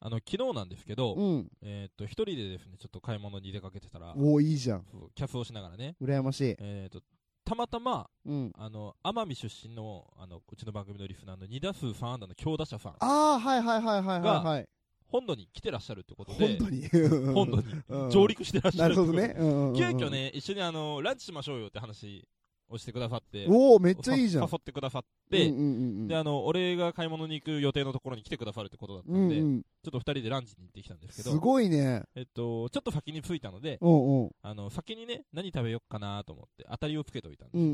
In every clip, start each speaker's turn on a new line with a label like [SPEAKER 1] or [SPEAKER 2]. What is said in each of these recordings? [SPEAKER 1] あの、昨日なんですけど、
[SPEAKER 2] うん。
[SPEAKER 1] えーっと、一人でですね、ちょっと買い物に出かけてたら、
[SPEAKER 2] おお、いいじゃん。
[SPEAKER 1] そうキャスをしながらね、
[SPEAKER 2] 羨ましい。
[SPEAKER 1] えーっと、たまたま、
[SPEAKER 2] うん。
[SPEAKER 1] あの、奄美出身の、あの、うちの番組のリスナーの2打数3安打の強打者さん、
[SPEAKER 2] ああ、はいはいはいはいはい、はい。
[SPEAKER 1] 本土に来てらっしゃるってこと
[SPEAKER 2] 本
[SPEAKER 1] で、
[SPEAKER 2] 当に。
[SPEAKER 1] 本土
[SPEAKER 2] うん
[SPEAKER 1] に上陸してらっし
[SPEAKER 2] な
[SPEAKER 1] ゃる
[SPEAKER 2] る
[SPEAKER 1] ってこと
[SPEAKER 2] ほど
[SPEAKER 1] で
[SPEAKER 2] ね。うんうんうん
[SPEAKER 1] 急遽。ね、一緒にあの、ランチしましょうよって話をしてくださって、
[SPEAKER 2] おお、めっちゃいいじゃん
[SPEAKER 1] さ。誘ってくださって、
[SPEAKER 2] うんうんうん
[SPEAKER 1] で、あの、俺が買い物に行く予定のところに来てくださるってことだった
[SPEAKER 2] うんん
[SPEAKER 1] で、
[SPEAKER 2] うん。
[SPEAKER 1] ちょっと二人でランチに行ってきたんですけ
[SPEAKER 2] す
[SPEAKER 1] ど、
[SPEAKER 2] ごいね。
[SPEAKER 1] えっと、ちょっと先に着いたので、
[SPEAKER 2] うんうん。
[SPEAKER 1] あの、先にね、何食べよっかなと思って、当たりをつけておいたんで
[SPEAKER 2] うんうんう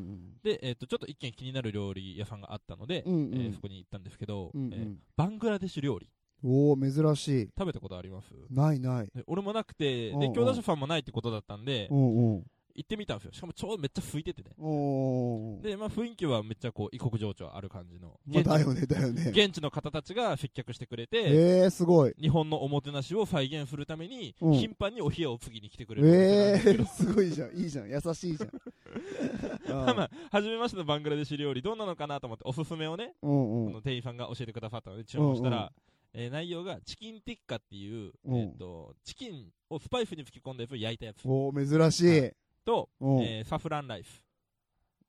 [SPEAKER 2] ん
[SPEAKER 1] で、えっと、ちょっと一軒気になる料理屋さんがあったので、
[SPEAKER 2] うん。うんう
[SPEAKER 1] えー
[SPEAKER 2] ん
[SPEAKER 1] そ。こに行ったんですけど、
[SPEAKER 2] うんう
[SPEAKER 1] えー
[SPEAKER 2] ん。
[SPEAKER 1] バングラデシュ料理、
[SPEAKER 2] おお、珍しい。
[SPEAKER 1] 食べたことあります
[SPEAKER 2] ないない。
[SPEAKER 1] で俺もなくて、
[SPEAKER 2] うんう
[SPEAKER 1] で、
[SPEAKER 2] ん
[SPEAKER 1] 強打者さんもないってことだったんで
[SPEAKER 2] う、んうん。
[SPEAKER 1] 行ってみたんですよ。しかもちょうどめっちゃ空いててね。
[SPEAKER 2] おお。
[SPEAKER 1] で、まあ雰囲気はめっちゃこう、異国情緒ある感じの。
[SPEAKER 2] まあ、
[SPEAKER 1] 現地
[SPEAKER 2] だよね、だよね。
[SPEAKER 1] 現地の方たちが接客してくれて、
[SPEAKER 2] えー、すごい。
[SPEAKER 1] 日本のおもてなしを再現するために、
[SPEAKER 2] うん
[SPEAKER 1] 頻繁にお部屋を次に来てくれるお店なん
[SPEAKER 2] え
[SPEAKER 1] ですけど
[SPEAKER 2] ー、すごいじゃん。いいじゃん。優しいじゃん。
[SPEAKER 1] ま あまあ、初めましてのバングラデシュ料理どんなのかなと思っておすすめをね、
[SPEAKER 2] うんう
[SPEAKER 1] こ
[SPEAKER 2] ん
[SPEAKER 1] の。店員さんが教えてくださったので注文したら、
[SPEAKER 2] うんうん
[SPEAKER 1] えー内容がチキンティッカっていう、
[SPEAKER 2] うん
[SPEAKER 1] えー、とチキンをスパイスに吹き込んだやつを焼いたやつ
[SPEAKER 2] おお、珍しい。
[SPEAKER 1] と、
[SPEAKER 2] うん
[SPEAKER 1] えーサフランライス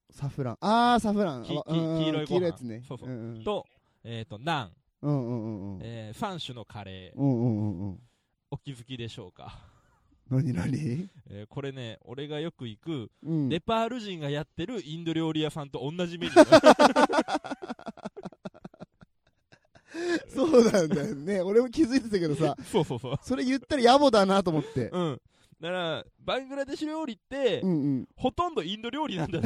[SPEAKER 2] サフラン。あー、サフラン。
[SPEAKER 1] きき
[SPEAKER 2] うんうん
[SPEAKER 1] 黄色いご飯
[SPEAKER 2] 黄色いやつね。
[SPEAKER 1] そうそうん
[SPEAKER 2] ん
[SPEAKER 1] と,、えー、とナン、
[SPEAKER 2] うんうんうんうん。
[SPEAKER 1] えー、3種のカレー
[SPEAKER 2] うんうんうんうん。
[SPEAKER 1] お気づきでしょうか、
[SPEAKER 2] 何何
[SPEAKER 1] えーこれね俺がよく行く
[SPEAKER 2] うん。
[SPEAKER 1] ネパール人がやってるインド料理屋さんと同じメニュー
[SPEAKER 2] そうなんだよね。俺も気づいてたけどさ、
[SPEAKER 1] そうそうそう
[SPEAKER 2] それ言ったら野暮だなと思って。
[SPEAKER 1] うんだからバングラデシュ料理って、
[SPEAKER 2] うんうん。
[SPEAKER 1] ほとんどインド料理なんだよ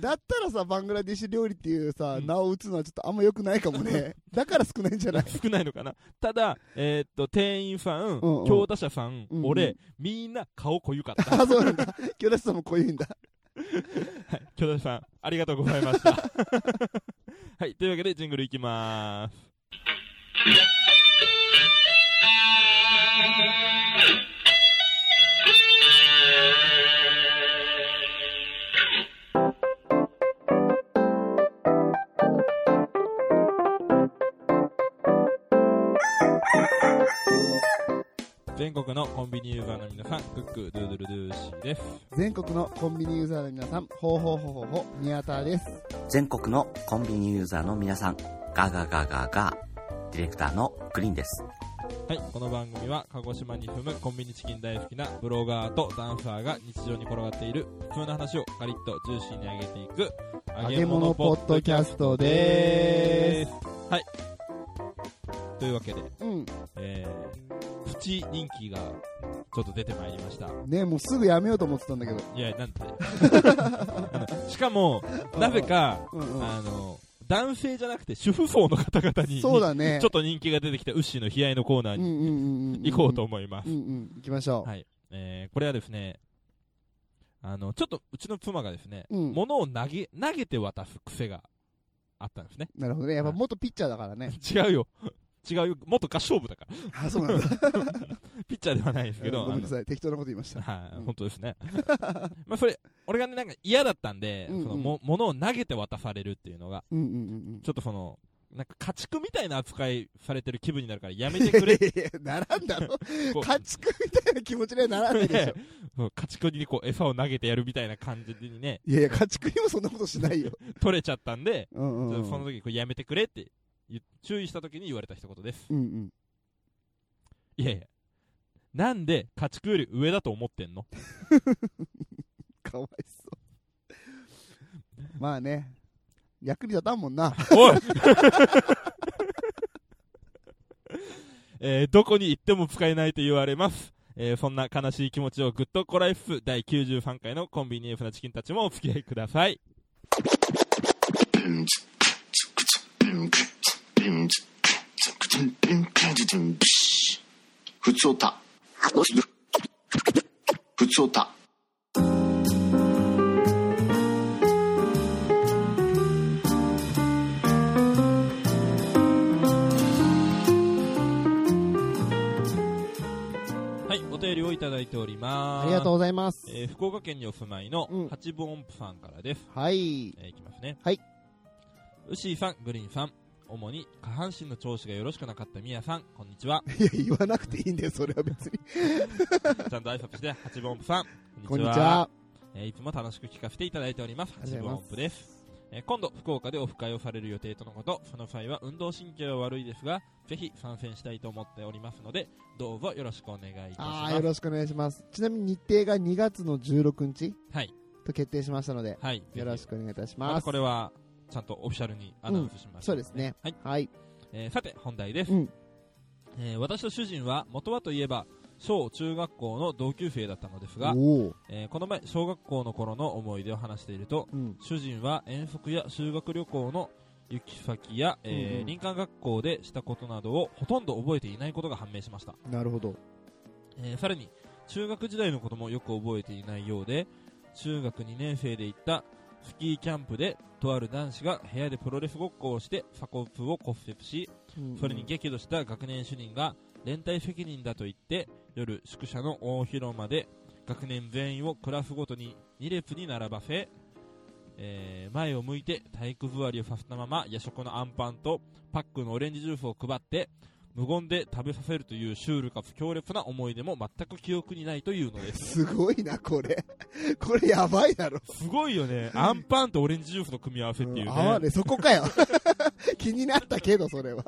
[SPEAKER 2] だったらさ、バングラデシュ料理っていうさ、
[SPEAKER 1] うん
[SPEAKER 2] 名を打つのはちょっとあんま良くないか もね。だから少ないんじゃない
[SPEAKER 1] 少ないのかなただ、えーっと店員さん、
[SPEAKER 2] うんうん
[SPEAKER 1] 強打者さん、
[SPEAKER 2] うんうん
[SPEAKER 1] 俺みんな顔濃ゆかった
[SPEAKER 2] あ、そうなんだ。京田さんもこういうんだ。
[SPEAKER 1] 強打者さんありがとうございましたはいというわけでジングルいきまーす全国のコンビニユーザーの皆さんクックドゥードゥルドゥーシーです
[SPEAKER 2] 全国のコンビニユーザーの皆さん、ほうほうほうほうほう、宮田です。
[SPEAKER 3] 全国のコンビニユーザーの皆さん、ガガガガガ、ディレクターのグリーンです。
[SPEAKER 1] はい、この番組は鹿児島に住むコンビニチキン大好きなブロガーとダンサーが日常に転がっている普通の話をカリッとジューシーに上げていく
[SPEAKER 2] 揚げ物ポッドキャスト
[SPEAKER 1] ー
[SPEAKER 2] で
[SPEAKER 1] す。はい。というわけで、
[SPEAKER 2] うん。
[SPEAKER 1] えー、プチ人気がちょっと出てまいりました。
[SPEAKER 2] ねもうすぐやめようと思ってたんだけど。
[SPEAKER 1] いや、なんであのしかも、なぜか、
[SPEAKER 2] うんうん。
[SPEAKER 1] あの、男性じゃなくて主婦層の方々に、
[SPEAKER 2] そうだね。
[SPEAKER 1] ちょっと人気が出てきたウッシーの悲哀のコーナー
[SPEAKER 2] うん
[SPEAKER 1] に
[SPEAKER 2] うんうんうん。
[SPEAKER 1] 行こうと。思います
[SPEAKER 2] うん。うん。行きましょ
[SPEAKER 1] はい。えーこれはですね、あの、ちょっとうちの妻がですね、
[SPEAKER 2] う。うん。
[SPEAKER 1] 物を投げ、投げて渡す癖があったんですね。
[SPEAKER 2] なるほどね。やっぱ元ピッチャーだか らね。
[SPEAKER 1] 違うよ。違うよ。元合唱部だから。
[SPEAKER 2] あ、そうなんだ。
[SPEAKER 1] ピッチャーではないですけど。
[SPEAKER 2] ごめんな
[SPEAKER 1] あ
[SPEAKER 2] さい。適当なこと言いまし
[SPEAKER 1] の
[SPEAKER 2] た。
[SPEAKER 1] はい、
[SPEAKER 2] うん
[SPEAKER 1] 本当です ね。まあ、それ、俺がね、なんか嫌だったんで、
[SPEAKER 2] うんうん
[SPEAKER 1] そのも、物を投げて渡されるっていうのが、
[SPEAKER 2] うんうんうん
[SPEAKER 1] ちょっとその、なんか家畜みたいな扱いされてる気分になるからやめて
[SPEAKER 2] うん。。
[SPEAKER 1] くれ
[SPEAKER 2] いやいやならんだろ。
[SPEAKER 1] こう
[SPEAKER 2] 家畜みたいな気持ちにはならないで しょ。
[SPEAKER 1] そう家畜にこう餌を投げてやるみたいな感じにね、
[SPEAKER 2] いやいや、家畜にもそんなことしないよ。
[SPEAKER 1] 取れちゃったんで、
[SPEAKER 2] うんうん
[SPEAKER 1] ちょ
[SPEAKER 2] う
[SPEAKER 1] っ
[SPEAKER 2] ん。
[SPEAKER 1] とその時これやめてくれって言う注意した時に言われた一言です
[SPEAKER 2] うんうん。
[SPEAKER 1] いやいやなんで家畜より上だと思ってんの
[SPEAKER 2] かわいそう。まあね。役に立たんもんな。
[SPEAKER 1] おいえーどこに行っても使えないと言われます、えーそんな悲しい気持ちをぐっとこらえつつ第93回のコンビニエンスなチキンたちもお付き合いください
[SPEAKER 4] ふつおた。ふつおた。
[SPEAKER 1] はいお便りをいただいております
[SPEAKER 2] ありがと
[SPEAKER 1] う、
[SPEAKER 2] うございます。
[SPEAKER 1] えー福岡県にお住まいの
[SPEAKER 2] うん
[SPEAKER 1] 八分音符さんからです、
[SPEAKER 2] はい。
[SPEAKER 1] えーいきますね。
[SPEAKER 2] はい。
[SPEAKER 1] ウシーさん、グリーンさん、主に下半身の調子がよろしくなかったみやさん、こんにちは。
[SPEAKER 2] いや、言わなくていいんだよ、それは別に。
[SPEAKER 1] ちゃんと挨拶して、 八分音符さん、
[SPEAKER 2] こんにちは。
[SPEAKER 1] えーいつも楽しく聞かせていただいております。
[SPEAKER 2] ありが
[SPEAKER 1] 八
[SPEAKER 2] とう
[SPEAKER 1] 分
[SPEAKER 2] ございます
[SPEAKER 1] 音符です。えー今度、福岡でオフ会をされる予定とのこと、その際は運動神経は悪いですが、ぜひ参戦したいと思っておりますので、どうぞよろしくお願いいたし
[SPEAKER 2] あ
[SPEAKER 1] ま
[SPEAKER 2] ーよ
[SPEAKER 1] す。
[SPEAKER 2] ろしくお願いします。ちなみに日程が2月の16日
[SPEAKER 1] はい。
[SPEAKER 2] と決定しましたので、
[SPEAKER 1] はい。
[SPEAKER 2] よろし
[SPEAKER 1] く
[SPEAKER 2] くお願いいたし
[SPEAKER 1] ま
[SPEAKER 2] ま
[SPEAKER 1] だ
[SPEAKER 2] す。
[SPEAKER 1] これは、ちゃんとオフィシャルにアナウンスします、
[SPEAKER 2] そうですね。
[SPEAKER 1] はい。
[SPEAKER 2] はい。
[SPEAKER 1] えーさて、本題です。
[SPEAKER 2] うん
[SPEAKER 1] えー私と主人は、元はといえば、小中学校の同級生だったのですが、
[SPEAKER 2] おお。
[SPEAKER 1] えーこの前、小学校の頃の思い出を話していると、
[SPEAKER 2] うん。
[SPEAKER 1] 主人は遠足や修学旅行の行き先や、えー
[SPEAKER 2] うんうん
[SPEAKER 1] 林間学校でしたことなどをほとんど覚えていないことが判明しました、
[SPEAKER 2] なるほど。
[SPEAKER 1] えーさらに中学時代のこともよく覚えていないようで中学2年生で行ったスキーキャンプでとある男子が部屋でプロレスごっこをして鎖骨を骨折し
[SPEAKER 2] うん
[SPEAKER 1] それに激怒した学年主任が連帯責任だと言って夜宿舎の大広間で学年全員をクラスごとに2列に並ばせ、えー前を向いて体育座りをさせたまま夜食のあんパンとパックのオレンジジュースを配って無言で食べさせるというシュールかつ強烈な思い出も全く記憶にないというのです
[SPEAKER 2] すごいな、これ。 これやばいだろ。
[SPEAKER 1] すごいよねあんパンとオレンジジュースの組み合わせっていうね、
[SPEAKER 2] んあわね、そこ かよ。気になったけど、それは。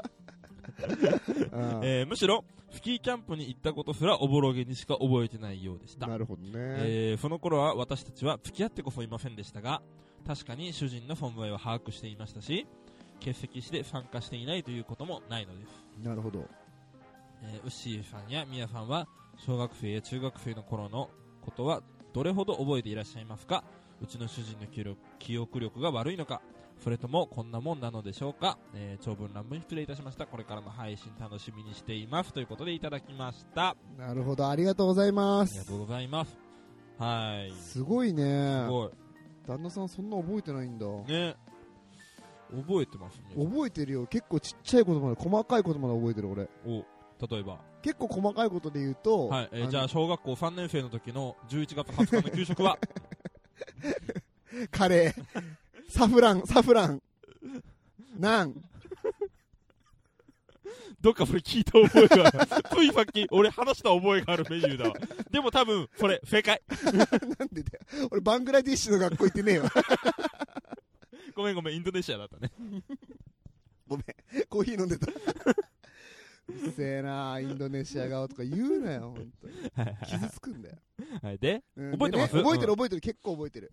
[SPEAKER 2] うん
[SPEAKER 1] えーむしろスキーキャンプに行ったことすらおぼろげにしか覚えてないようでした
[SPEAKER 2] なるほどね。
[SPEAKER 1] えーその頃は私たちは付き合ってこそいませんでしたが確かに主人の存在を把握していましたし欠席して参加していないということもないのです、
[SPEAKER 2] なるほど。
[SPEAKER 1] えーウッシーさんやミヤさんは小学生や中学生の頃のことはどれほど覚えていらっしゃいますかうちの主人の記録記憶力が悪いのかそれともこんなもんなのでしょうか、えー長文乱文失礼いたしましたこれからの配信楽しみにしていますということでいただきましたあ
[SPEAKER 2] なるほど、ありがとうございま
[SPEAKER 1] りが
[SPEAKER 2] す。
[SPEAKER 1] とうございますはいす
[SPEAKER 2] すごいね。
[SPEAKER 1] ごい
[SPEAKER 2] 旦那さんそんな覚えてないんだ。
[SPEAKER 1] ね覚えてますね
[SPEAKER 2] 覚えてるよ。結構ちっちゃいことまで、細かいことまで覚えてる、俺。
[SPEAKER 1] お例えば、
[SPEAKER 2] 結構細かいことで言うと、
[SPEAKER 1] はいえー
[SPEAKER 2] の
[SPEAKER 1] じゃあ小学校3年生の時の11月20日の 給食は
[SPEAKER 2] カレー、 サフラン、サフラン、ナン、
[SPEAKER 1] どっかそれ聞いた覚えが あるついさっき俺話した覚えがあるメニューだわでも多分それ正解
[SPEAKER 2] なんでだよ。俺、バングラディッシュの学校行って ねえわ。
[SPEAKER 1] ごめんごめんインドネシアだったね
[SPEAKER 2] ごめん、コーヒー飲んでた。うっせえなインドネシア顔とか言うなよ、本当に。傷つくんだよ。
[SPEAKER 1] はいで、
[SPEAKER 2] うん
[SPEAKER 1] 覚えてます
[SPEAKER 2] でね覚えてる、
[SPEAKER 1] う
[SPEAKER 2] 覚えてる、結構覚えてる。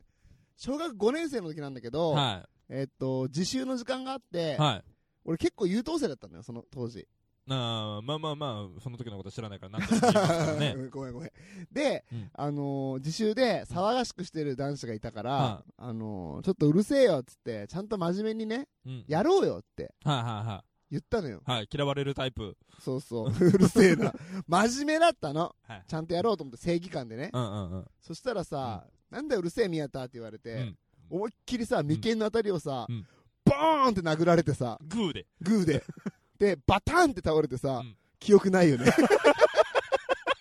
[SPEAKER 2] 小学5年生の時なんだけど、
[SPEAKER 1] は
[SPEAKER 2] えっと、自習の時間があって
[SPEAKER 1] い、はい
[SPEAKER 2] 俺結構優等生だったんだよ、その当時。
[SPEAKER 1] なあまあまあまあその時のこと知らないから何とも言いますからね
[SPEAKER 2] うん ごめんごめん。で、
[SPEAKER 1] うん
[SPEAKER 2] あのー自習で騒がしくしてる男子がいたから、
[SPEAKER 1] は
[SPEAKER 2] あのーちょっとうるせえよっつって、ちゃんと真面目にね、
[SPEAKER 1] うん
[SPEAKER 2] やろうよって
[SPEAKER 1] はいはいは
[SPEAKER 2] 言ったのよ。
[SPEAKER 1] いはい嫌われるタイプ
[SPEAKER 2] そ うそう、うるせえな。真面目だったの。
[SPEAKER 1] はい
[SPEAKER 2] ちゃんとやろうと思って正義感でね。
[SPEAKER 1] うんうんうん
[SPEAKER 2] そしたらさ、なんだようるせえ宮田って言われて、
[SPEAKER 1] うん
[SPEAKER 2] 思いっきりさ、眉間のあたりをさ、
[SPEAKER 1] うん
[SPEAKER 2] ボーンって殴られてさ、
[SPEAKER 1] グーで
[SPEAKER 2] グ ーで。で、バタンって倒れてさ、
[SPEAKER 1] うん
[SPEAKER 2] 記憶ないよね。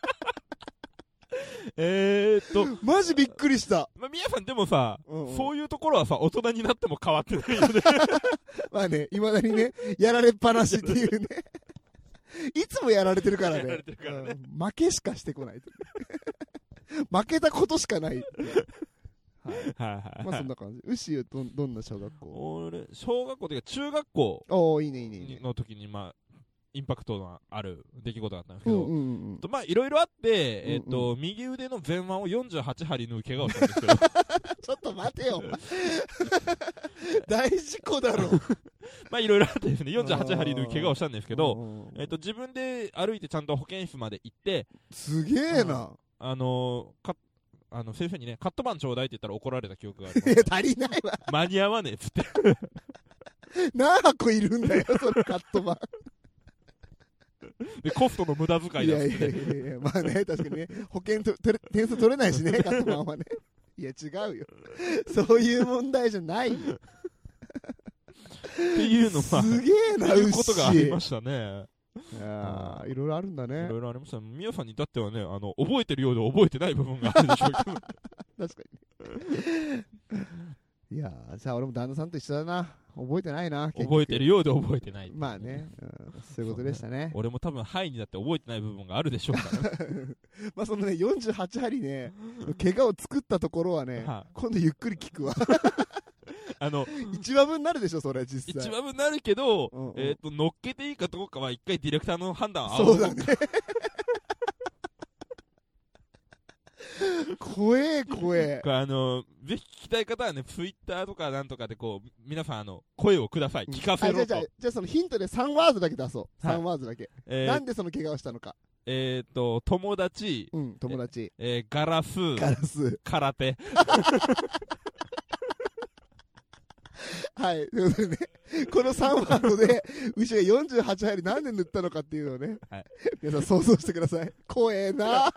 [SPEAKER 1] えーっと
[SPEAKER 2] マジびっくりした。
[SPEAKER 1] まあ、皆さんでもさ、
[SPEAKER 2] うんうん
[SPEAKER 1] そういうところはさ、大人になっても変わってないよ ね。
[SPEAKER 2] まあね、いまだに ね、やられっぱなしっていうね。いつもやられてるから
[SPEAKER 1] やら
[SPEAKER 2] ね
[SPEAKER 1] れてるからね
[SPEAKER 2] うん負けしかしてこない。 負けたことしかない。はい。
[SPEAKER 1] はいはい
[SPEAKER 2] まあそんな感じ。ウッシーはどんどんな小学 校
[SPEAKER 1] 俺、小学校というか中学校
[SPEAKER 2] おおいいねいいねいいね。
[SPEAKER 1] の時に、まあ、インパクトのある出来事があったんです
[SPEAKER 2] う
[SPEAKER 1] けど、
[SPEAKER 2] んうんうんうん
[SPEAKER 1] と。まあ、いろいろあって、えっ、と、右腕の前腕を48針縫う怪我をしたんですけど、
[SPEAKER 2] ちょっと待てよ。 大事故だろ。
[SPEAKER 1] まあ、いろいろあってですね、48針縫う怪我をしたんですけど、
[SPEAKER 2] うんうん
[SPEAKER 1] えっ、と、自分で歩いてちゃんと保健室まで行って、
[SPEAKER 2] すげえな。
[SPEAKER 1] あのーか、あの、先生にね、カットバンちょうだいって言ったら怒られた記憶がある。
[SPEAKER 2] いや、足りないわ。
[SPEAKER 1] 間に合わねえっつって。
[SPEAKER 2] 何箱いるんだよ、そのカット版。
[SPEAKER 1] で、コストの無駄遣いだっつって。
[SPEAKER 2] いやいやいやいや、まあね、確かにね、保険と取れ点数取れないし ね、カットマンはね。いや、違うよ。そういう問題じゃないよ。
[SPEAKER 1] っていうのは、
[SPEAKER 2] すげえな、
[SPEAKER 1] そう
[SPEAKER 2] 牛
[SPEAKER 1] いうことがありましたね。
[SPEAKER 2] あーいろいろあるんだ
[SPEAKER 1] い
[SPEAKER 2] ね。
[SPEAKER 1] ろいろありました。みやさんに至ってはね、あの、覚えてるようで覚えてない部分があるでしょうけど。
[SPEAKER 2] 確かに。いやーじゃあ俺も旦那さんと一緒だな 覚えてないな結局
[SPEAKER 1] 覚えてるようで覚えてないっていう
[SPEAKER 2] まあね、うんそういうことでしたね
[SPEAKER 1] 俺も多分ハイにだって覚えてない部分があるでしょうか
[SPEAKER 2] まあそのね48針ね怪我を作ったところは
[SPEAKER 1] ら、
[SPEAKER 2] ね
[SPEAKER 1] は
[SPEAKER 2] 今度ゆっくり聞くわ
[SPEAKER 1] いあ の
[SPEAKER 2] 一話分になるでしょそれ実際
[SPEAKER 1] 一番分なるけど、
[SPEAKER 2] うんうん
[SPEAKER 1] えっ、と乗っけていいかどうかは一回ディレクターの判断を
[SPEAKER 2] そうだね怖え怖え
[SPEAKER 1] これあのぜひ聞きたい方はねツイッターとかなんとかでこう皆さんあの声をください聞かせ
[SPEAKER 2] あじゃ
[SPEAKER 1] ろ
[SPEAKER 2] あじ
[SPEAKER 1] と
[SPEAKER 2] ゃあじゃあそのヒントで3ワードだけ出そう
[SPEAKER 1] はい
[SPEAKER 2] 3ワードだけ、
[SPEAKER 1] え
[SPEAKER 2] な
[SPEAKER 1] ー
[SPEAKER 2] んでその怪我をしたのか
[SPEAKER 1] えーと友達、
[SPEAKER 2] うん友達
[SPEAKER 1] えーガラス
[SPEAKER 2] ガラス
[SPEAKER 1] 空手
[SPEAKER 2] はいということでね この3ワードで牛が48針なんで塗ったのかっていうのをね、
[SPEAKER 1] はい
[SPEAKER 2] 皆さん想像してください怖えな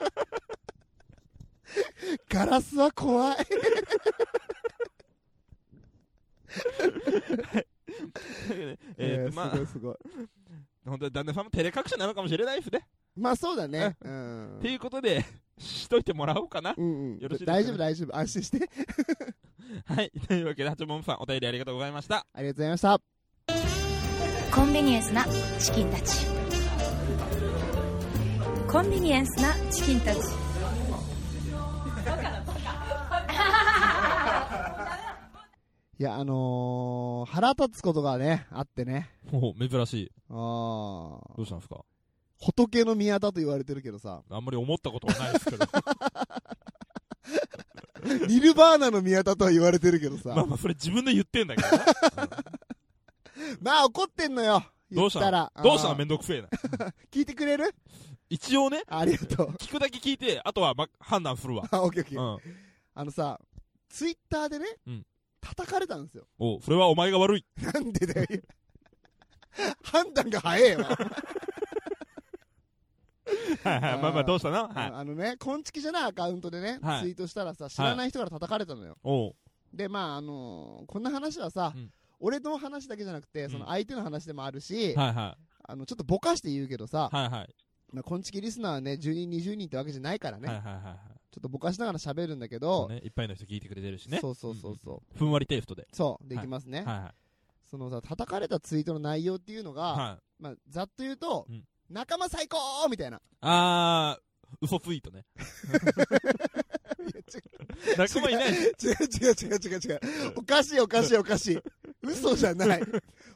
[SPEAKER 2] ガラスは怖い
[SPEAKER 1] えー
[SPEAKER 2] え
[SPEAKER 1] とま
[SPEAKER 2] すご
[SPEAKER 1] あ
[SPEAKER 2] いすごい
[SPEAKER 1] 本当に旦那さんも照れ隠しなのかもしれないですね、
[SPEAKER 2] まあそうだねうん
[SPEAKER 1] っていうことで しといてもらおうかな
[SPEAKER 2] うんうん
[SPEAKER 1] よろしいですか
[SPEAKER 2] 大丈夫大丈夫安心して
[SPEAKER 1] はいというわけで八門さんお便りありがとうございました
[SPEAKER 2] ありがとうございました
[SPEAKER 4] コンビニエンスなチキンたちコンビニエンスなチキンたち
[SPEAKER 2] いやあのー、腹立つことがねあってね
[SPEAKER 1] おお珍しい
[SPEAKER 2] ああ
[SPEAKER 1] どうしたんですか
[SPEAKER 2] 仏の宮だと言われてるけどさ
[SPEAKER 1] あんまり思ったことはないです けど
[SPEAKER 2] ニルバーナの宮だとは言われてるけどさ
[SPEAKER 1] まあまあそれ自分で言ってんだけ どね、
[SPEAKER 2] まあ怒ってんのよ
[SPEAKER 1] うんど
[SPEAKER 2] 言
[SPEAKER 1] う
[SPEAKER 2] っ
[SPEAKER 1] したた
[SPEAKER 2] ら
[SPEAKER 1] のどうしたの
[SPEAKER 2] あー
[SPEAKER 1] めんどくせえな
[SPEAKER 2] 聞いてくれる
[SPEAKER 1] 一応ね
[SPEAKER 2] ありがとう
[SPEAKER 1] 聞くだけ聞いてあとは、ま、判断する わ
[SPEAKER 2] あオッケーオッケ
[SPEAKER 1] う
[SPEAKER 2] ー、
[SPEAKER 1] ん
[SPEAKER 2] あのさツイッターでね、
[SPEAKER 1] うん
[SPEAKER 2] 叩かれたんですよ
[SPEAKER 1] おそれはお前が悪い
[SPEAKER 2] なんでだよ判断が早えわ、
[SPEAKER 1] はいはいまあまあどうしたなはい
[SPEAKER 2] あのねこんちきじゃないアカウントでね、
[SPEAKER 1] はい
[SPEAKER 2] ツイートしたらさ知らない人から叩かれたのよ、
[SPEAKER 1] おう
[SPEAKER 2] でまああのーこんな話はさ、
[SPEAKER 1] うん
[SPEAKER 2] 俺の話だけじゃなくてその相手の話でもあるし、
[SPEAKER 1] はいは
[SPEAKER 2] あのちょっとぼかして言うけどさ
[SPEAKER 1] い、はいはい
[SPEAKER 2] まあ、こんちきリスナーはね10人20人ってわけじゃないからね、
[SPEAKER 1] はいはいはいはい
[SPEAKER 2] ちょっとぼかしながら喋るんだけ
[SPEAKER 1] そう
[SPEAKER 2] ど、
[SPEAKER 1] ねいっぱいの人聞いてくれてるしね
[SPEAKER 2] そうそうそうそう、
[SPEAKER 1] ふんわりテイストで
[SPEAKER 2] そうできますね、
[SPEAKER 1] はいはい
[SPEAKER 2] そのさ叩かれたツイートの内容っていうのが、
[SPEAKER 1] はい
[SPEAKER 2] まあ、ざっと言うと、
[SPEAKER 1] うん
[SPEAKER 2] 仲間最高みたいな
[SPEAKER 1] あー嘘ツイートね 仲間いないし
[SPEAKER 2] 違う違う違う違う違う おかしいおかしいおかしい嘘じゃない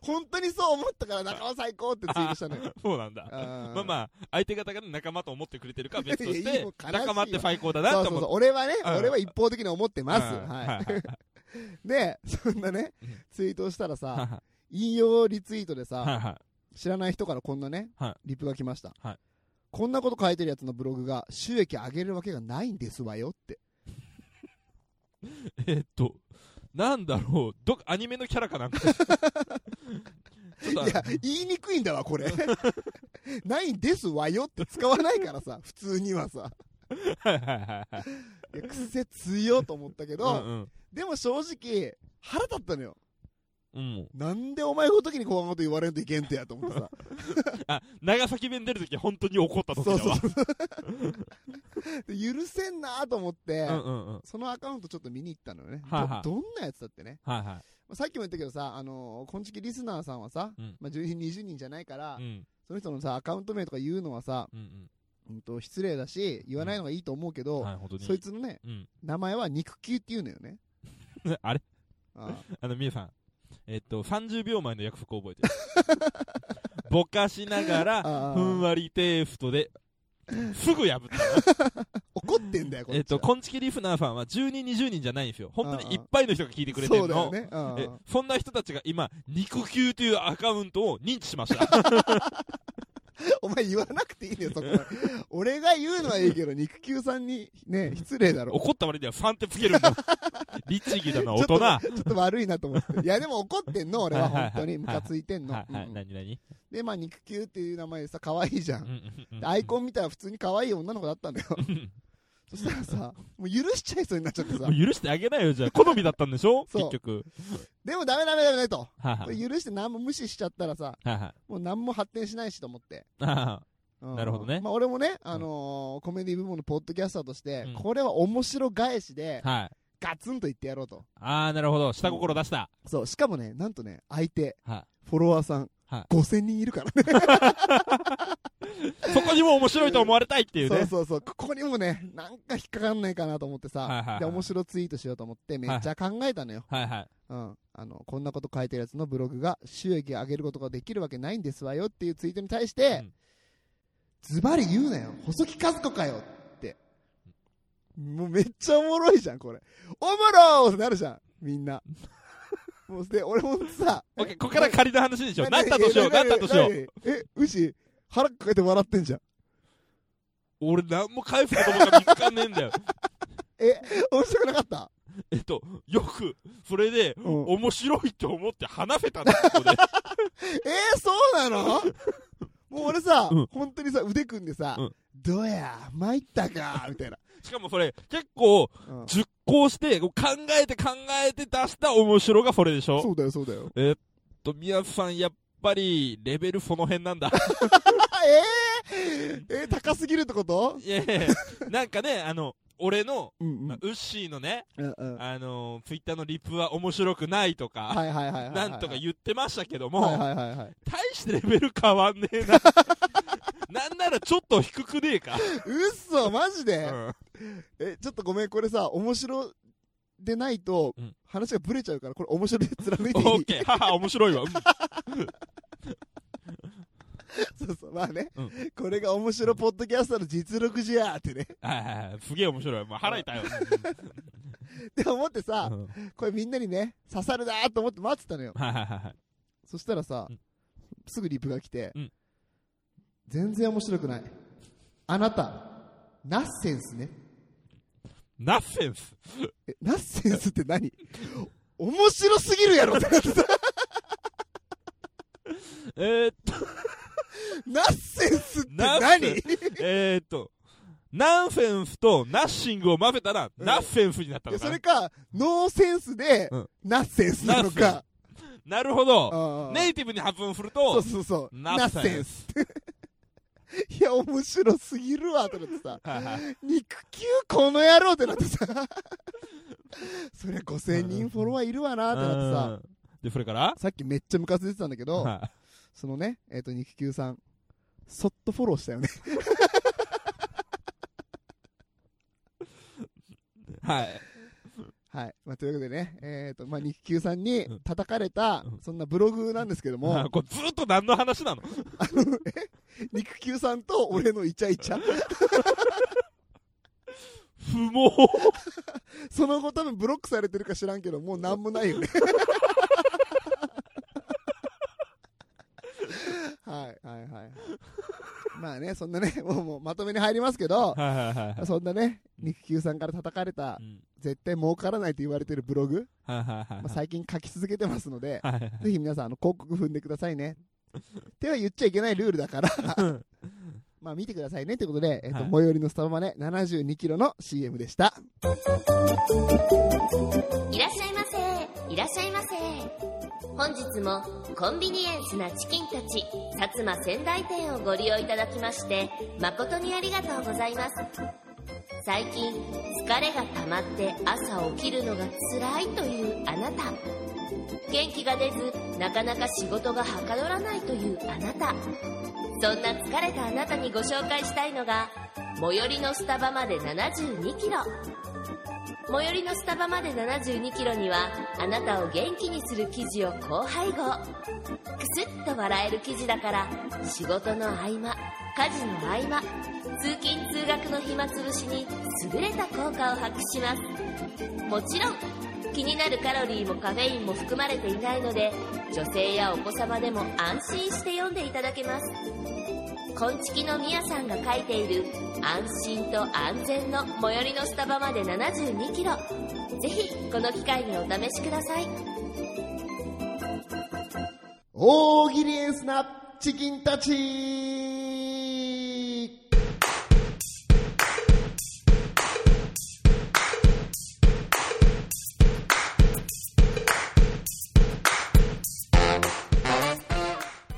[SPEAKER 2] 本当にそう思ったから仲間最高ってツイートしたのよ
[SPEAKER 1] そうなんだ
[SPEAKER 2] あー
[SPEAKER 1] まあまあ相手方が仲間と思ってくれてるかは別とし
[SPEAKER 2] いやいやいい
[SPEAKER 1] て
[SPEAKER 2] もう悲しいわ
[SPEAKER 1] 仲間って最高だ
[SPEAKER 2] そ
[SPEAKER 1] なと
[SPEAKER 2] うそう
[SPEAKER 1] 思
[SPEAKER 2] そう
[SPEAKER 1] って
[SPEAKER 2] 俺はね、
[SPEAKER 1] うん
[SPEAKER 2] 俺は一方的に思ってます、はい
[SPEAKER 1] はい はい
[SPEAKER 2] でそんなねツイートをしたら
[SPEAKER 1] はい
[SPEAKER 2] さ
[SPEAKER 1] は
[SPEAKER 2] 引用リツイートでさ、
[SPEAKER 1] いはいはい
[SPEAKER 2] 知らない人からこんなね、
[SPEAKER 1] は
[SPEAKER 2] リプが来ました、
[SPEAKER 1] はい
[SPEAKER 2] こんなこと書いてるやつのブログが収益上げるわけがないんですわよって
[SPEAKER 1] えーっと、なんだろう、どっかアニメのキャラかなんか。ちょっとあ
[SPEAKER 2] いや言いにくいんだわこ れないんですわよって使わないからさ普通にはさ
[SPEAKER 1] はいはいはいはい
[SPEAKER 2] いや癖強いと思ったけど、
[SPEAKER 1] うん
[SPEAKER 2] でも正直腹立ったのよ
[SPEAKER 1] うんうん
[SPEAKER 2] なんでお前ごときにこんなこと言われんといけんとやと 思ってさ
[SPEAKER 1] あ長崎弁出るとき本当に怒った時だ
[SPEAKER 2] そう
[SPEAKER 1] わ
[SPEAKER 2] そうそうで許せんなと思って、
[SPEAKER 1] うんうんうん
[SPEAKER 2] そのアカウントちょっと見に行ったのよね、
[SPEAKER 1] はいはい
[SPEAKER 2] どどんなやつだってね
[SPEAKER 1] はいは
[SPEAKER 2] まあさっきも言ったけどさ、あのー、こんちきリスナーさんはさ、
[SPEAKER 1] うん
[SPEAKER 2] まあ、10人、20人じゃないから、
[SPEAKER 1] いうん
[SPEAKER 2] その人のさ、アカウント名とか言うのはさ、
[SPEAKER 1] うん
[SPEAKER 2] うん、と失礼だし、言わないのがいいと思うけ
[SPEAKER 1] う
[SPEAKER 2] ど、
[SPEAKER 1] んはい本当に
[SPEAKER 2] そいつのね、
[SPEAKER 1] うん
[SPEAKER 2] 名前は肉球っていうのよね。
[SPEAKER 1] あれ
[SPEAKER 2] ああ
[SPEAKER 1] あの皆さんえーっと30秒前の約束覚えてる ぼかしなが ら
[SPEAKER 2] あー
[SPEAKER 1] ふんわりテーフトですぐ破った
[SPEAKER 2] 怒ってんだよ、こっちは
[SPEAKER 1] えーっとこんちきリフナーさんは10人20人じゃないんですよ本当にいっぱいの人が聞いてくれて
[SPEAKER 2] そ
[SPEAKER 1] る
[SPEAKER 2] うだよ
[SPEAKER 1] の
[SPEAKER 2] ね。ああ
[SPEAKER 1] えそんな人たちが今肉球というアカウントを認知しました
[SPEAKER 2] お前言わなくていいんだよ、そこは。俺が言うのはいいけど、肉球さんにね、失礼だろ。
[SPEAKER 1] 怒った割には3ってつけるん だ律儀だな大人
[SPEAKER 2] ちょっと
[SPEAKER 1] は
[SPEAKER 2] ちょっと悪いなと思って。いや、でも怒ってんの、俺
[SPEAKER 1] は
[SPEAKER 2] は
[SPEAKER 1] いはいは
[SPEAKER 2] 本
[SPEAKER 1] い
[SPEAKER 2] 当に。ムカついてん
[SPEAKER 1] い
[SPEAKER 2] の。
[SPEAKER 1] は
[SPEAKER 2] う
[SPEAKER 1] い
[SPEAKER 2] んうん
[SPEAKER 1] 何何
[SPEAKER 2] で、まあ、肉球っていう名前でさ、可愛いじゃん
[SPEAKER 1] うん。 うんうん
[SPEAKER 2] アイコン見たら普通に可愛い女の子だったんだよ。 そしたらさ、もう許しちゃいそうになっちゃってさ
[SPEAKER 1] も、う許してあげないよじゃあ好みだったんでしょ
[SPEAKER 2] そう
[SPEAKER 1] 結局
[SPEAKER 2] でもダメダメダメと。
[SPEAKER 1] はい
[SPEAKER 2] こ
[SPEAKER 1] は
[SPEAKER 2] れ
[SPEAKER 1] い
[SPEAKER 2] 許して何も無視しちゃったらさ、
[SPEAKER 1] はいはい
[SPEAKER 2] もう何も発展しないしと思って。
[SPEAKER 1] あ
[SPEAKER 2] うん
[SPEAKER 1] なるほどね
[SPEAKER 2] まあ俺もね、あのーコメディ部門のポッドキャスターとして、
[SPEAKER 1] うん
[SPEAKER 2] これは面白返しで
[SPEAKER 1] ー、はい
[SPEAKER 2] ガツンと言ってやろうと。
[SPEAKER 1] ああ、なるほど。下心出した。
[SPEAKER 2] そう、しかもね、なんとね、相手、
[SPEAKER 1] は
[SPEAKER 2] フォロワーさん、
[SPEAKER 1] は
[SPEAKER 2] 5000人いるからね。
[SPEAKER 1] そこにも面白いと思われたいっていう
[SPEAKER 2] そう
[SPEAKER 1] ね。
[SPEAKER 2] そうそう、ここにもね、なんか引っかかんないかなと思って
[SPEAKER 1] はいはいは
[SPEAKER 2] さ
[SPEAKER 1] い、
[SPEAKER 2] で、面白ツイートしようと思って、めっちゃ考えたのよ。
[SPEAKER 1] はいはい。
[SPEAKER 2] うん。あの、こんなこと書いてるやつのブログが収益を上げることができるわけないんですわよっていうツイートに対して、
[SPEAKER 1] うん
[SPEAKER 2] ズバリ言うなよ細木和子かよって。もうめっちゃおもろいじゃん、これ。おもろーってなるじゃん、みんな。もうで、俺もさ、
[SPEAKER 1] オッケー、ここから仮の話でしょ。な
[SPEAKER 2] な
[SPEAKER 1] ったとしよう、なったとしよう。。
[SPEAKER 2] なえ、うし、腹抱えて笑ってんじゃん。
[SPEAKER 1] 俺なんも返す言葉が見つかんねえんだよ。
[SPEAKER 2] 面白くなかった
[SPEAKER 1] えっと、よく、それで、
[SPEAKER 2] うん
[SPEAKER 1] 面白いと思って話せたんだ、ここ で。
[SPEAKER 2] えー、そうなのもう俺さ、
[SPEAKER 1] うん
[SPEAKER 2] 本当にさ、腕組んでさ、
[SPEAKER 1] うん
[SPEAKER 2] どうや、参ったか、みたいな。
[SPEAKER 1] しかもそれ、結構、
[SPEAKER 2] うん
[SPEAKER 1] 熟考して、考えて考えて出した面白がそれでしょ
[SPEAKER 2] そうだよ、そうだよ。
[SPEAKER 1] えっと、宮津さん、やっぱり、レベルその辺なん だ。
[SPEAKER 2] えー、えー、高すぎるってこと
[SPEAKER 1] いやいやいやなんかね、あの、俺の、
[SPEAKER 2] うん
[SPEAKER 1] まあウッシーのね、
[SPEAKER 2] うんうん。は
[SPEAKER 1] あの、ツイッターのリプは面白くないとか、
[SPEAKER 2] いはいはいはいはい。
[SPEAKER 1] なんとか言ってましたけども、
[SPEAKER 2] はいはいはいはい。
[SPEAKER 1] 大してレベル変わんねえな。 なんならちょっと低くねえか。
[SPEAKER 2] うっそ、マジ
[SPEAKER 1] う
[SPEAKER 2] で、
[SPEAKER 1] ん
[SPEAKER 2] え、ちょっとごめん、これさ、面白でないと
[SPEAKER 1] うん、
[SPEAKER 2] 話がブレちゃうから、これ面白で貫いてい
[SPEAKER 1] オ
[SPEAKER 2] い
[SPEAKER 1] ッケー、はは、面白いわ。うん
[SPEAKER 2] そうそう、まあね、
[SPEAKER 1] うん
[SPEAKER 2] これが面白ポッドキャスターの実力じゃーってね。
[SPEAKER 1] はいはいはいすげえ面白い。もう腹痛いよ。
[SPEAKER 2] って思って
[SPEAKER 1] う
[SPEAKER 2] さ、
[SPEAKER 1] ん
[SPEAKER 2] これみんなにね、刺さるなーと思って待ってたのよ。
[SPEAKER 1] はいはいはいはい。
[SPEAKER 2] そしたらさ、
[SPEAKER 1] うん
[SPEAKER 2] すぐリプが来て、
[SPEAKER 1] うん
[SPEAKER 2] 全然面白くない。あなた、ナッセンスね。
[SPEAKER 1] ナッセンス。
[SPEAKER 2] えナッセンスって何面白すぎるやろってなってさ
[SPEAKER 1] えーっと、
[SPEAKER 2] ナッセンスって
[SPEAKER 1] ナ
[SPEAKER 2] 何
[SPEAKER 1] ッセンえーっと、ナンセンスとナッシングを混ぜたら、
[SPEAKER 2] うん
[SPEAKER 1] ナッセンスになった
[SPEAKER 2] いや
[SPEAKER 1] のか
[SPEAKER 2] そ
[SPEAKER 1] な
[SPEAKER 2] れ。か、ノーセンスで、
[SPEAKER 1] うん
[SPEAKER 2] ナッセンスなのか。
[SPEAKER 1] なるほど。
[SPEAKER 2] ああ
[SPEAKER 1] ネイティブに発音する
[SPEAKER 2] そう
[SPEAKER 1] と、
[SPEAKER 2] そうそう。
[SPEAKER 1] ナ
[SPEAKER 2] ナ
[SPEAKER 1] ッ
[SPEAKER 2] ッ
[SPEAKER 1] セ
[SPEAKER 2] セ
[SPEAKER 1] ン
[SPEAKER 2] ン
[SPEAKER 1] ス
[SPEAKER 2] ス。。いや、面白すぎるわ、と思ってさ。
[SPEAKER 1] はいはい
[SPEAKER 2] 肉球この野郎ってなっ てさ。そりゃ5000人フォロワーいるわな、ってなってさ。
[SPEAKER 1] うんで、それから
[SPEAKER 2] さっきめっちゃムカついてたんだけど、
[SPEAKER 1] は
[SPEAKER 2] そのね、えっ、と、肉球さん、そっとフォローしたよね。
[SPEAKER 1] いはい。
[SPEAKER 2] はい。まあ、というわけでね、えっ、と、まあ、肉球さんに
[SPEAKER 1] うん
[SPEAKER 2] 叩かれた、
[SPEAKER 1] うん
[SPEAKER 2] そんなブログなんですけども、
[SPEAKER 1] まあこれずっと何の話なの
[SPEAKER 2] あの、え肉球さんと俺のイチャイチャ。
[SPEAKER 1] 不毛。
[SPEAKER 2] その後多分ブロックされてるか知らんけど、もうなんもないよね。 はい、はい、はいはい。まあね、そんなね、もうもうまとめに入りますけど、
[SPEAKER 1] はいはいはいはい。
[SPEAKER 2] そんなね、肉球さんから叩かれた
[SPEAKER 1] う、ん
[SPEAKER 2] 絶対儲からないと言われてるブログ、
[SPEAKER 1] はいはい はいはい
[SPEAKER 2] まあ、最近書き続けてます ので、
[SPEAKER 1] はいはいはい
[SPEAKER 2] ぜひ皆さん、あの広告踏んでくださいね。っては言っちゃいけないルールだ から、まあ見てくださいねということで、えっと
[SPEAKER 1] はい
[SPEAKER 2] 最寄りのスタバまで72キロの CM でした。
[SPEAKER 5] いらっしゃいませいらっしゃいませ本日もコンビニエンスなチキンたち薩摩仙台店をご利用いただきまして誠にありがとうございます最近疲れが溜まって朝起きるのが辛いというあなた元気が出ずなかなか仕事がはかどらないというあなたそんな疲れたあなたにご紹介したいのが最寄りのスタバまで72キロ最寄りのスタバまで7 2キロにはあなたを元気にする記事を高配合くすっと笑える記事だから仕事の合間家事の合間通勤通学の暇つぶしに優れた効果を発揮しますもちろん気になるカロリーもカフェインも含まれていないので女性やお子様でも安心して読んでいただけますこんちきのみやさんが書いている安心と安全の最寄りのスタバまで72キロぜひこの機会にお試しください
[SPEAKER 2] 大喜利エンスなチキンたち
[SPEAKER 1] は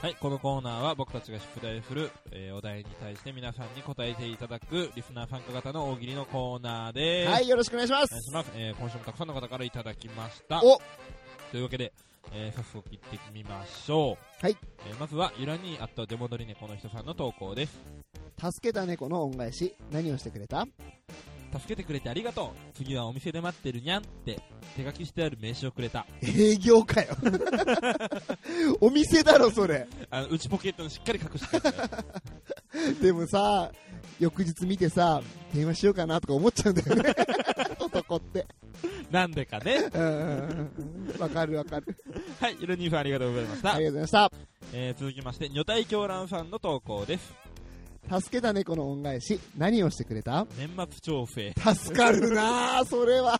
[SPEAKER 1] はい、このコーナーは僕たちが宿題を振る、えーお題に対して皆さんに答えていただくリスナー参加型の大喜利のコーナーです。
[SPEAKER 2] はい、よろしくお願いし
[SPEAKER 1] お
[SPEAKER 2] ま
[SPEAKER 1] 願いし
[SPEAKER 2] す。
[SPEAKER 1] ます。えー今週もたくさんの方からいただきました。
[SPEAKER 2] お
[SPEAKER 1] というわけで、えー早速行ってみましょう。
[SPEAKER 2] はい。
[SPEAKER 1] えーまずは、ゆらにあった出戻り猫の人さんの投稿です。
[SPEAKER 2] 助けた猫の恩返し、何をしてくれた
[SPEAKER 1] 助けてくれてありがとう次はお店で待ってるにゃんって手書きしてある名刺をくれた
[SPEAKER 2] 営業 かよ。お店だろ、それ。
[SPEAKER 1] あの内ポケットにしっかり隠してたやつ
[SPEAKER 2] でもさ、翌日見てさ、電話しようかなとか思っちゃうんだよ ね。男って。
[SPEAKER 1] なんでかね
[SPEAKER 2] うんうんうんわかるわかる。
[SPEAKER 1] はいゆるにーファンありがとうございました
[SPEAKER 2] ありがとうございました。
[SPEAKER 1] えー続きまして女体狂乱さんの投稿です
[SPEAKER 2] 助けた猫の恩返し、何をしてくれた
[SPEAKER 1] 年末調整
[SPEAKER 2] 助かるなぁ、それは。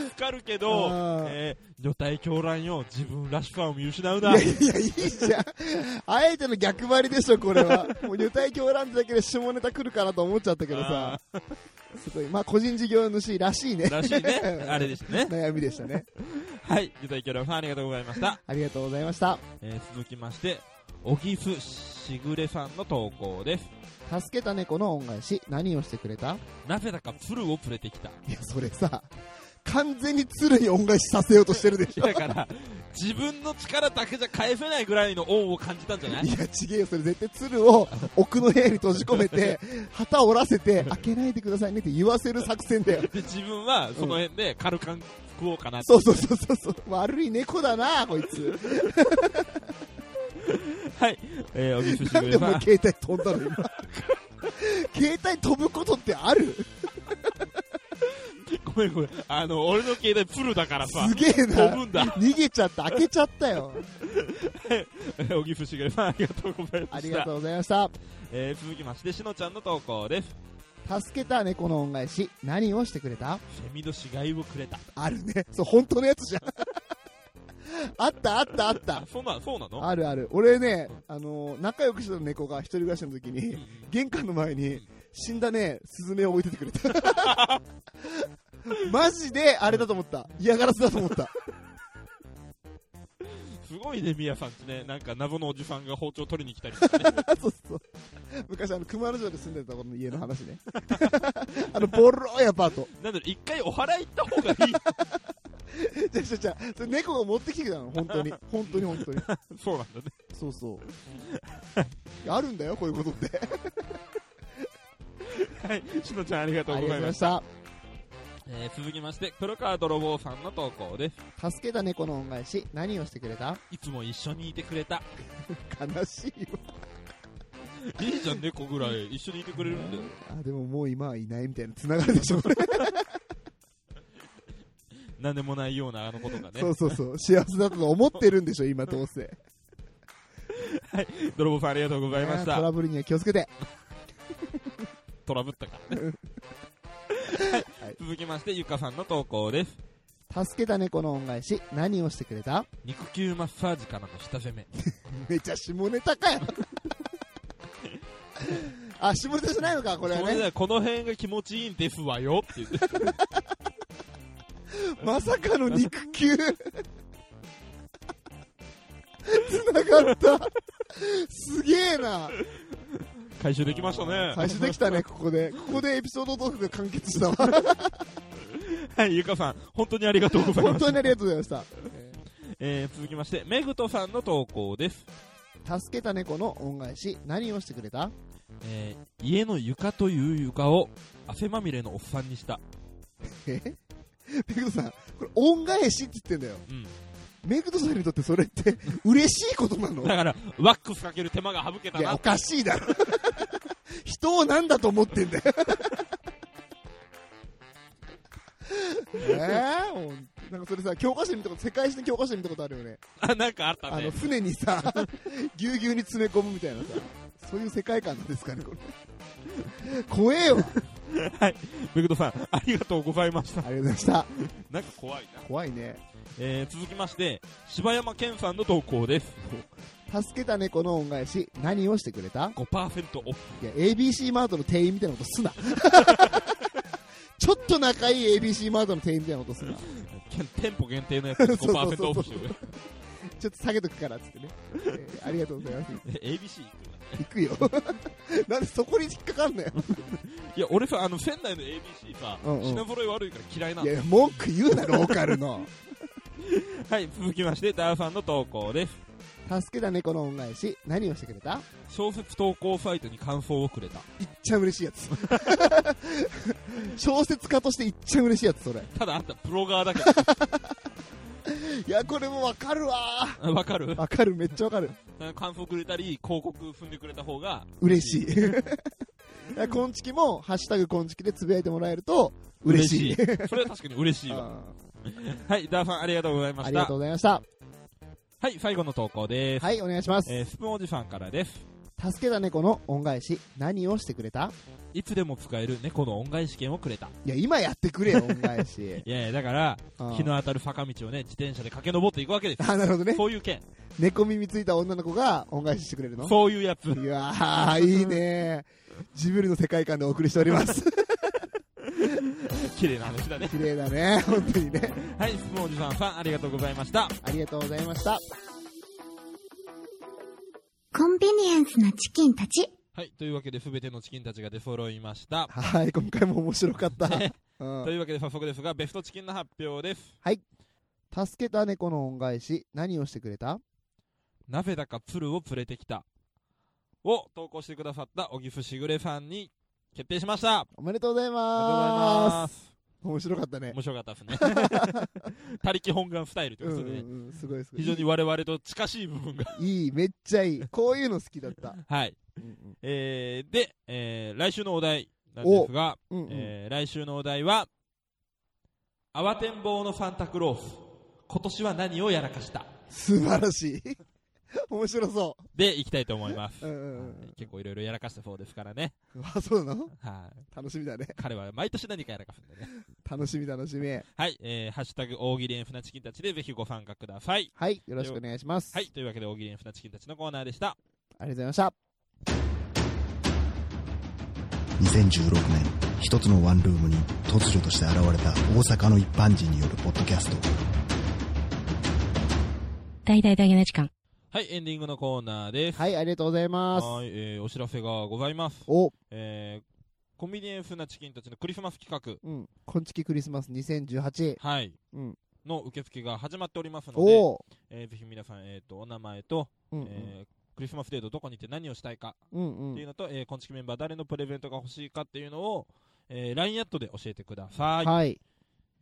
[SPEAKER 1] 助かるけど
[SPEAKER 2] あー、
[SPEAKER 1] えー女体狂乱よ自分らしさを見失う
[SPEAKER 2] い
[SPEAKER 1] な
[SPEAKER 2] やいや、いいじゃん。あえての逆張りでしょ、これは。もう、女体狂乱ってだけで下ネタ来るかなと思っちゃったけどさ。すごい。まあ、個人事業主らしいね。
[SPEAKER 1] らしい ねあれでしたね
[SPEAKER 2] 悩みでしたね。
[SPEAKER 1] はい女体狂乱さんありがとうございました、
[SPEAKER 2] ありがとうございました。
[SPEAKER 1] えー続きましておぎふしぐれさんの投稿です
[SPEAKER 2] 助けた猫の恩返し、何をしてくれた
[SPEAKER 1] なぜだか鶴を連れてきた
[SPEAKER 2] いや、それさ、完全に鶴に恩返しさせようとしてるでしょ。
[SPEAKER 1] だから、自分の力だけじゃ返せないぐらいの恩を感じたんじゃない
[SPEAKER 2] いや、ちげえよ、それ絶対鶴を奥の部屋に閉じ込め て、旗折らせて、開けないでくださいねって言わせる作戦だよ。
[SPEAKER 1] で、自分はその辺でカルカン食おうかなって
[SPEAKER 2] そうそうそうそうそう。悪い猫だな、こいつ。
[SPEAKER 1] はい。えー、おぎすし
[SPEAKER 2] な
[SPEAKER 1] ぐ
[SPEAKER 2] ん
[SPEAKER 1] れ
[SPEAKER 2] で
[SPEAKER 1] さ
[SPEAKER 2] も
[SPEAKER 1] ん
[SPEAKER 2] う。携帯飛んだの、今。携帯飛ぶことってある
[SPEAKER 1] ごめんごめん。あの、俺の携帯プルだからさ
[SPEAKER 2] す、げえ
[SPEAKER 1] 飛
[SPEAKER 2] な。
[SPEAKER 1] ぶんだ。
[SPEAKER 2] 逃げちゃった、開けちゃったよ。
[SPEAKER 1] え ーおぎすしぐれさん、ありがとうございま
[SPEAKER 2] あり
[SPEAKER 1] し
[SPEAKER 2] が
[SPEAKER 1] た
[SPEAKER 2] と。うございました。
[SPEAKER 1] えー、続きまして、しのちゃんの投稿です。
[SPEAKER 2] 助けた猫の恩返し、何をしてくれた
[SPEAKER 1] セミの死骸をくれた。
[SPEAKER 2] あるね。そう、本当のやつじゃん。あったあったあった
[SPEAKER 1] あ、。そうな、そうなの
[SPEAKER 2] あるある。俺ね、あのー仲良くしてた猫が一人暮らしの時に、玄関の前に、死んだね、スズメを置いててくれた。 マジで、あれだと思った。嫌がらせだと思った。
[SPEAKER 1] すごいね、みやさんってね。なんか謎のおじさんが包丁取りに来 たりとかね。
[SPEAKER 2] そうそう。昔、あの、熊野城で住んでた頃の家の話 ね。あの、ボロいアパート。
[SPEAKER 1] なんだろ、一回お祓い行った方がいい。
[SPEAKER 2] じゃじゃじゃそれ猫が持ってきてくれたの、本当に。本当に本当に。
[SPEAKER 1] そうなんだね。
[SPEAKER 2] そうそう。あるんだよ、こういうことって。
[SPEAKER 1] はい。しのちゃん、ありがと
[SPEAKER 2] あ
[SPEAKER 1] う
[SPEAKER 2] り
[SPEAKER 1] ござ
[SPEAKER 2] が
[SPEAKER 1] いう
[SPEAKER 2] とご
[SPEAKER 1] まし
[SPEAKER 2] ざ
[SPEAKER 1] た。
[SPEAKER 2] い
[SPEAKER 1] えー、続きまして、黒川泥棒さんの投稿です。
[SPEAKER 2] ました。助けた猫の恩返し、何をしてくれた
[SPEAKER 1] いつも一緒にいてくれた。
[SPEAKER 2] 悲しいよ。
[SPEAKER 1] いいじゃん、猫ぐらい。一緒にいてくれるんだよ。
[SPEAKER 2] あでももう今はいないみたいなつながりでしょ、これ
[SPEAKER 1] なんでもないようなあのことがね
[SPEAKER 2] そ。うそうそう幸せだとか思ってるんでしょ今どうせ
[SPEAKER 1] 泥棒さんありがとうございまし
[SPEAKER 2] あートラ
[SPEAKER 1] た。
[SPEAKER 2] ブルには気をつけて
[SPEAKER 1] トラブったから ね。はい続きまして、ゆかさんの投稿です。
[SPEAKER 2] 助けた猫の恩返し何をしてくれた
[SPEAKER 1] 肉球マッサージからの下攻め。
[SPEAKER 2] めちゃ下ネタかよ あ下ネタじゃないのかこれ
[SPEAKER 1] そ
[SPEAKER 2] は
[SPEAKER 1] れで
[SPEAKER 2] ね
[SPEAKER 1] はこの辺が気持ちいいんですわよって言っ て。
[SPEAKER 2] まさかの肉球 つながったすげえな
[SPEAKER 1] 回収できましたね。
[SPEAKER 2] 最終できたねここでここでエピソードトークが完結したわ
[SPEAKER 1] はい、ゆかさん、本当にありがとうござい
[SPEAKER 2] 本
[SPEAKER 1] ま
[SPEAKER 2] 当
[SPEAKER 1] す。
[SPEAKER 2] にありがとうございました
[SPEAKER 1] えー、続きまして、めぐとさんの投稿です。
[SPEAKER 2] 助けた猫の恩返し何をしてくれた
[SPEAKER 1] えー、家の床という床を汗まみれのおっさんにした。
[SPEAKER 2] えペグトさん、これ恩返しって言ってんだよ。
[SPEAKER 1] うん。
[SPEAKER 2] メグトさんにとってそれって 嬉しいことな の
[SPEAKER 1] だから、ワックスかける手間が省けた
[SPEAKER 2] いや、
[SPEAKER 1] な
[SPEAKER 2] お。かしいだろ。 人をなんだと思って んだよ。えー、ほんとなんかそれさ、教科書に見たこと、世界史の教科書に見たことあるよね。
[SPEAKER 1] あ、 なんかあった
[SPEAKER 2] あの、
[SPEAKER 1] ね。
[SPEAKER 2] 船にさ、 ぎゅうぎゅうに詰め込むみたいなさ、そういう世界観なんですかね、これ。怖えわ。
[SPEAKER 1] はい。ベクトさん、ありがとうございました。
[SPEAKER 2] ありがとうございました。
[SPEAKER 1] なんか怖いな。
[SPEAKER 2] 怖いね。
[SPEAKER 1] えー、続きまして、柴山健さんの投稿です。
[SPEAKER 2] 助けた猫の恩返し、何をしてくれた
[SPEAKER 1] 5%オフ。
[SPEAKER 2] いや、ABC マートの店員みたいなこと すな。ちょっと仲いい ABC マートの店員みたいなことすな。
[SPEAKER 1] けん店舗限定のやつ5%オフしてくれ。
[SPEAKER 2] ちょっと下げとくからっつってね、えーありがとうございます。
[SPEAKER 1] ABC 行くわ
[SPEAKER 2] 行く よ。なんでそこに引っかかんのよ。
[SPEAKER 1] いや俺さあの仙台の ABC さ、
[SPEAKER 2] うんうん
[SPEAKER 1] 品揃え悪いから嫌いないの
[SPEAKER 2] やいや、文句言うな、ローカルの。
[SPEAKER 1] はい続きましてダーさんの投稿です
[SPEAKER 2] 助けた猫の恩返し、何をしてくれた
[SPEAKER 1] 小説投稿サイトに感想をくれた
[SPEAKER 2] いっちゃ嬉しいやつ。小説家としていっちゃ嬉しいやつ、それ。
[SPEAKER 1] ただあんたブロガーだけ
[SPEAKER 2] いや、これもわかるわ
[SPEAKER 1] どわかる
[SPEAKER 2] わかる、めっちゃわかる。
[SPEAKER 1] 感想くれたり広告踏んでくれた方が
[SPEAKER 2] 嬉しい。だからこんちきも、ハッシュタグこんちきでつぶやいてもらえると、嬉しい。
[SPEAKER 1] それは確かに嬉しいわ
[SPEAKER 2] あ
[SPEAKER 1] はいダーさんありがとうございま
[SPEAKER 2] ーあ
[SPEAKER 1] し
[SPEAKER 2] り
[SPEAKER 1] た
[SPEAKER 2] がとうございました。
[SPEAKER 1] はい最後の投稿です、
[SPEAKER 2] はい、お願いします。
[SPEAKER 1] えースプーンおじさんからです
[SPEAKER 2] 助けた猫の恩返し、何をしてくれた
[SPEAKER 1] いつでも使える猫の恩返し券をくれた。
[SPEAKER 2] いや、今やってくれよ、恩返し
[SPEAKER 1] いやいやだから
[SPEAKER 2] あー
[SPEAKER 1] 日の当たる坂道をね自転車で駆け上っていくわけです
[SPEAKER 2] あ、なるほどね。
[SPEAKER 1] そういう券
[SPEAKER 2] 猫耳ついた女の子が恩返ししてくれるの
[SPEAKER 1] そういうやつ
[SPEAKER 2] いやー、いいねジブリの世界観でお送りしてお ります。
[SPEAKER 1] 綺麗な話だね
[SPEAKER 2] 綺麗だね、本当にね。
[SPEAKER 1] はいスプーンおじさんさんありがとうございました
[SPEAKER 2] ありがとうございました。
[SPEAKER 4] コンビニエンスなチキンたち。
[SPEAKER 1] はいというわけで全てのチキンたちが出揃いました
[SPEAKER 2] はい、今回も面白かった。
[SPEAKER 1] ね
[SPEAKER 2] うん
[SPEAKER 1] というわけで早速ですがベストチキンの発表です
[SPEAKER 2] 助けた猫の恩返し、何をしてくれた
[SPEAKER 1] なぜだか鶴を連れてきたを投稿してくださった小木ふしぐれさんに決定しましたあり
[SPEAKER 2] おめでとうござい
[SPEAKER 1] がとうござい
[SPEAKER 2] ま。
[SPEAKER 1] ますす
[SPEAKER 2] 面白かったね。
[SPEAKER 1] 面白かったですね 他力本願スタイルといううんこ
[SPEAKER 2] う
[SPEAKER 1] とでね
[SPEAKER 2] んうん、すごいすごい。
[SPEAKER 1] 非常に我々と近しい部分が
[SPEAKER 2] いい、めっちゃいい。こういうの好きだった。
[SPEAKER 1] はい
[SPEAKER 2] うん
[SPEAKER 1] えー、で、えー、来週のお題なんですが、
[SPEAKER 2] うんうんうん
[SPEAKER 1] えー、来週のお題は慌てんぼうのサンタクロース今年は何をやらかした
[SPEAKER 2] 素晴らしい。面白そ
[SPEAKER 1] でいきたいと思います、
[SPEAKER 2] う。うんうんうん
[SPEAKER 1] はい結構いろいろやらかしたそうですからね、
[SPEAKER 2] あ、そうなの
[SPEAKER 1] はい
[SPEAKER 2] 楽しみだね。
[SPEAKER 1] 彼は毎年何かやらかすんでね
[SPEAKER 2] 楽しみ楽しみ。
[SPEAKER 1] はい、えー、ハッシュタグ大喜利エンフナチキンたちでぜひご参加ください。
[SPEAKER 2] はい、よろしくお願いします。
[SPEAKER 1] はい、というわけで大喜利エンフナチキンたちのコーナーでした。
[SPEAKER 2] ありがとうございました。
[SPEAKER 6] 2016年一つのワンルームに突如として現れた大阪の一般人によるポッドキャスト
[SPEAKER 7] 大々大げな時間。
[SPEAKER 1] はい、エンディングのコーナーです。
[SPEAKER 2] はい、ありがとうございます。
[SPEAKER 1] はい、えー、お知らせがございます。
[SPEAKER 2] お、
[SPEAKER 1] えー、コンビニエンスなチキンたちのクリスマス企
[SPEAKER 2] うん、こんちきクリスマス2018。
[SPEAKER 1] 画、はい、
[SPEAKER 2] うん
[SPEAKER 1] の受付が始まっておりますので、
[SPEAKER 2] おー
[SPEAKER 1] えー、ぜひ皆さん、えー、とお名前と、
[SPEAKER 2] うんうん
[SPEAKER 1] えー、クリスマスデートどこに行って何をしたいか
[SPEAKER 2] うん
[SPEAKER 1] っ
[SPEAKER 2] う。
[SPEAKER 1] ていうんのと、えー、こんちきメンバー誰のプレゼントが欲しいかっていうのを、えー、LINE アットで教えてください。
[SPEAKER 2] はい。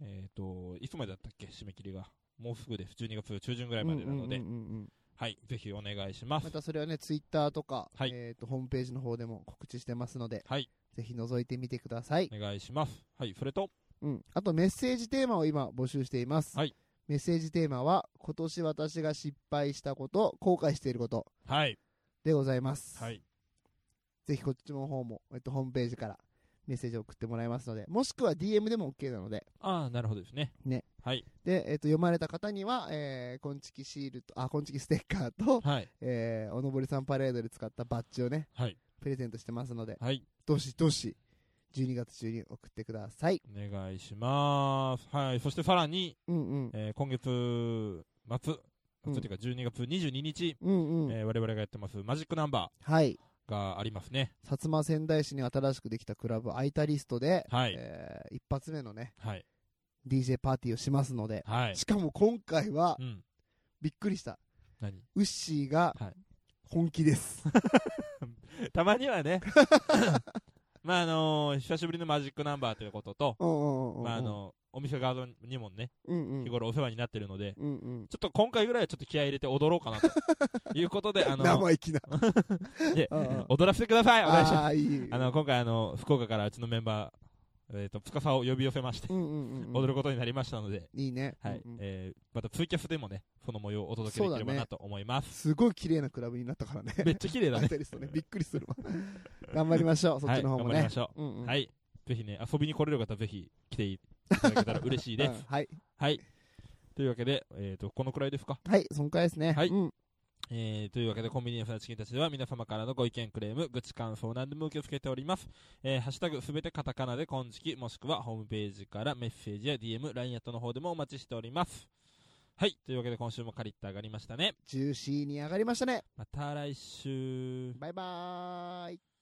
[SPEAKER 1] えっ、と、いつまでだったっけ、締め切りが。もうすぐです、12月中旬ぐらいまでなので、
[SPEAKER 2] うんうんうんうん
[SPEAKER 1] はい、ぜひお願いします。
[SPEAKER 2] またそれはね、ツイッターとか、
[SPEAKER 1] はい
[SPEAKER 2] えっと、ホームページの方でも告知してますので、
[SPEAKER 1] はい、
[SPEAKER 2] ぜひ覗いてみてください。
[SPEAKER 1] お願いします。はい、それと、
[SPEAKER 2] うん。あと、メッセージテーマを今募集しています。
[SPEAKER 1] はい。
[SPEAKER 2] メッセージテーマは、今年私が失敗したこと、後悔していること
[SPEAKER 1] はい、
[SPEAKER 2] でございます。
[SPEAKER 1] は。い、
[SPEAKER 2] ぜひこっちの方も、えっと、ホームページからメッセージを送ってもらいますので、もしくは DM でも OK なので、
[SPEAKER 1] ああ、なるほどですね。
[SPEAKER 2] ね、
[SPEAKER 1] はい、
[SPEAKER 2] で、えっと、読まれた方には、えー、こんちきシールと、あ、こんちきステッカーと、
[SPEAKER 1] はい、
[SPEAKER 2] えー、おのぼりさんパレードで使ったバッジをね、
[SPEAKER 1] はい、
[SPEAKER 2] プレゼントしてますので、
[SPEAKER 1] はい、
[SPEAKER 2] どしどし、12月中に送ってください。
[SPEAKER 1] お願いします。はい、そしてさらに、
[SPEAKER 2] うんうん。
[SPEAKER 1] えー、今月末、
[SPEAKER 2] うん
[SPEAKER 1] 末というか12月22日、
[SPEAKER 2] うんうん。
[SPEAKER 1] えー我々がやってますマジックナンバ
[SPEAKER 2] はい。
[SPEAKER 1] ーがありますね。
[SPEAKER 2] 薩摩仙台市に新しくできたクラブ、アイタリストで、
[SPEAKER 1] はい
[SPEAKER 2] えー一発目のね、
[SPEAKER 1] はい、
[SPEAKER 2] DJ パーティーをしますので、
[SPEAKER 1] はい。
[SPEAKER 2] しかも今回は
[SPEAKER 1] う、ん、
[SPEAKER 2] びっくりした。
[SPEAKER 1] 何
[SPEAKER 2] ウッシーが
[SPEAKER 1] はい、
[SPEAKER 2] 本 気です。
[SPEAKER 1] たまにはね、 まあ、あのー久しぶりのマジックナンバーということと、
[SPEAKER 2] うんうんうんうん。
[SPEAKER 1] まあ、あのお店側にもね、
[SPEAKER 2] うんうん
[SPEAKER 1] 日頃お世話になってるので、
[SPEAKER 2] うんうん。
[SPEAKER 1] ちょっと今回ぐらいはちょっと気合い入れて踊ろうか なということで、あの、
[SPEAKER 2] 生意気な。
[SPEAKER 1] で
[SPEAKER 2] うんうん
[SPEAKER 1] 踊らせてください、お願いします。
[SPEAKER 2] ああー、いい。
[SPEAKER 1] あの、今回、あの、福岡からうちのメンバー、えっ、と、つかさを呼び寄せまして、
[SPEAKER 2] うんうんうんうん、
[SPEAKER 1] 踊ることになりましたので、
[SPEAKER 2] いいね。
[SPEAKER 1] はい、
[SPEAKER 2] うんうん
[SPEAKER 1] えーまたツイキャスでもね、その模様をお届けできればなと思います。
[SPEAKER 2] すごい綺麗なクラブになったからね。
[SPEAKER 1] めっちゃ綺麗だ
[SPEAKER 2] アイ
[SPEAKER 1] ね。
[SPEAKER 2] タリストね。びっくりするわ。頑張りまし ょう、そっ
[SPEAKER 1] は
[SPEAKER 2] ち
[SPEAKER 1] い、
[SPEAKER 2] の
[SPEAKER 1] 頑
[SPEAKER 2] 方も
[SPEAKER 1] 張り
[SPEAKER 2] ね
[SPEAKER 1] ま。しょ
[SPEAKER 2] うんうん
[SPEAKER 1] う。はい、ぜひね、遊びに来れる方、ぜひ来ていただけたら嬉しいです。
[SPEAKER 2] うんはい。
[SPEAKER 1] はい。というわけで、えっ、と、このくらいですか。
[SPEAKER 2] はい、そんくらいですね。
[SPEAKER 1] はい
[SPEAKER 2] うん
[SPEAKER 1] えーというわけで、コンビニエンスなチキンたちでは皆様からのご意見、クレーム、愚痴、感想、何でも受け付けております。えーハッシュタグすべてカタカナで今時期、もしくはホームページからメッセージや DM、LINE アットの方でもお待ちしております。はい。というわけで今週もカリッと上がりましたね。
[SPEAKER 2] ジューシーに上がりましたね。
[SPEAKER 1] また来週。
[SPEAKER 2] バイバーイ。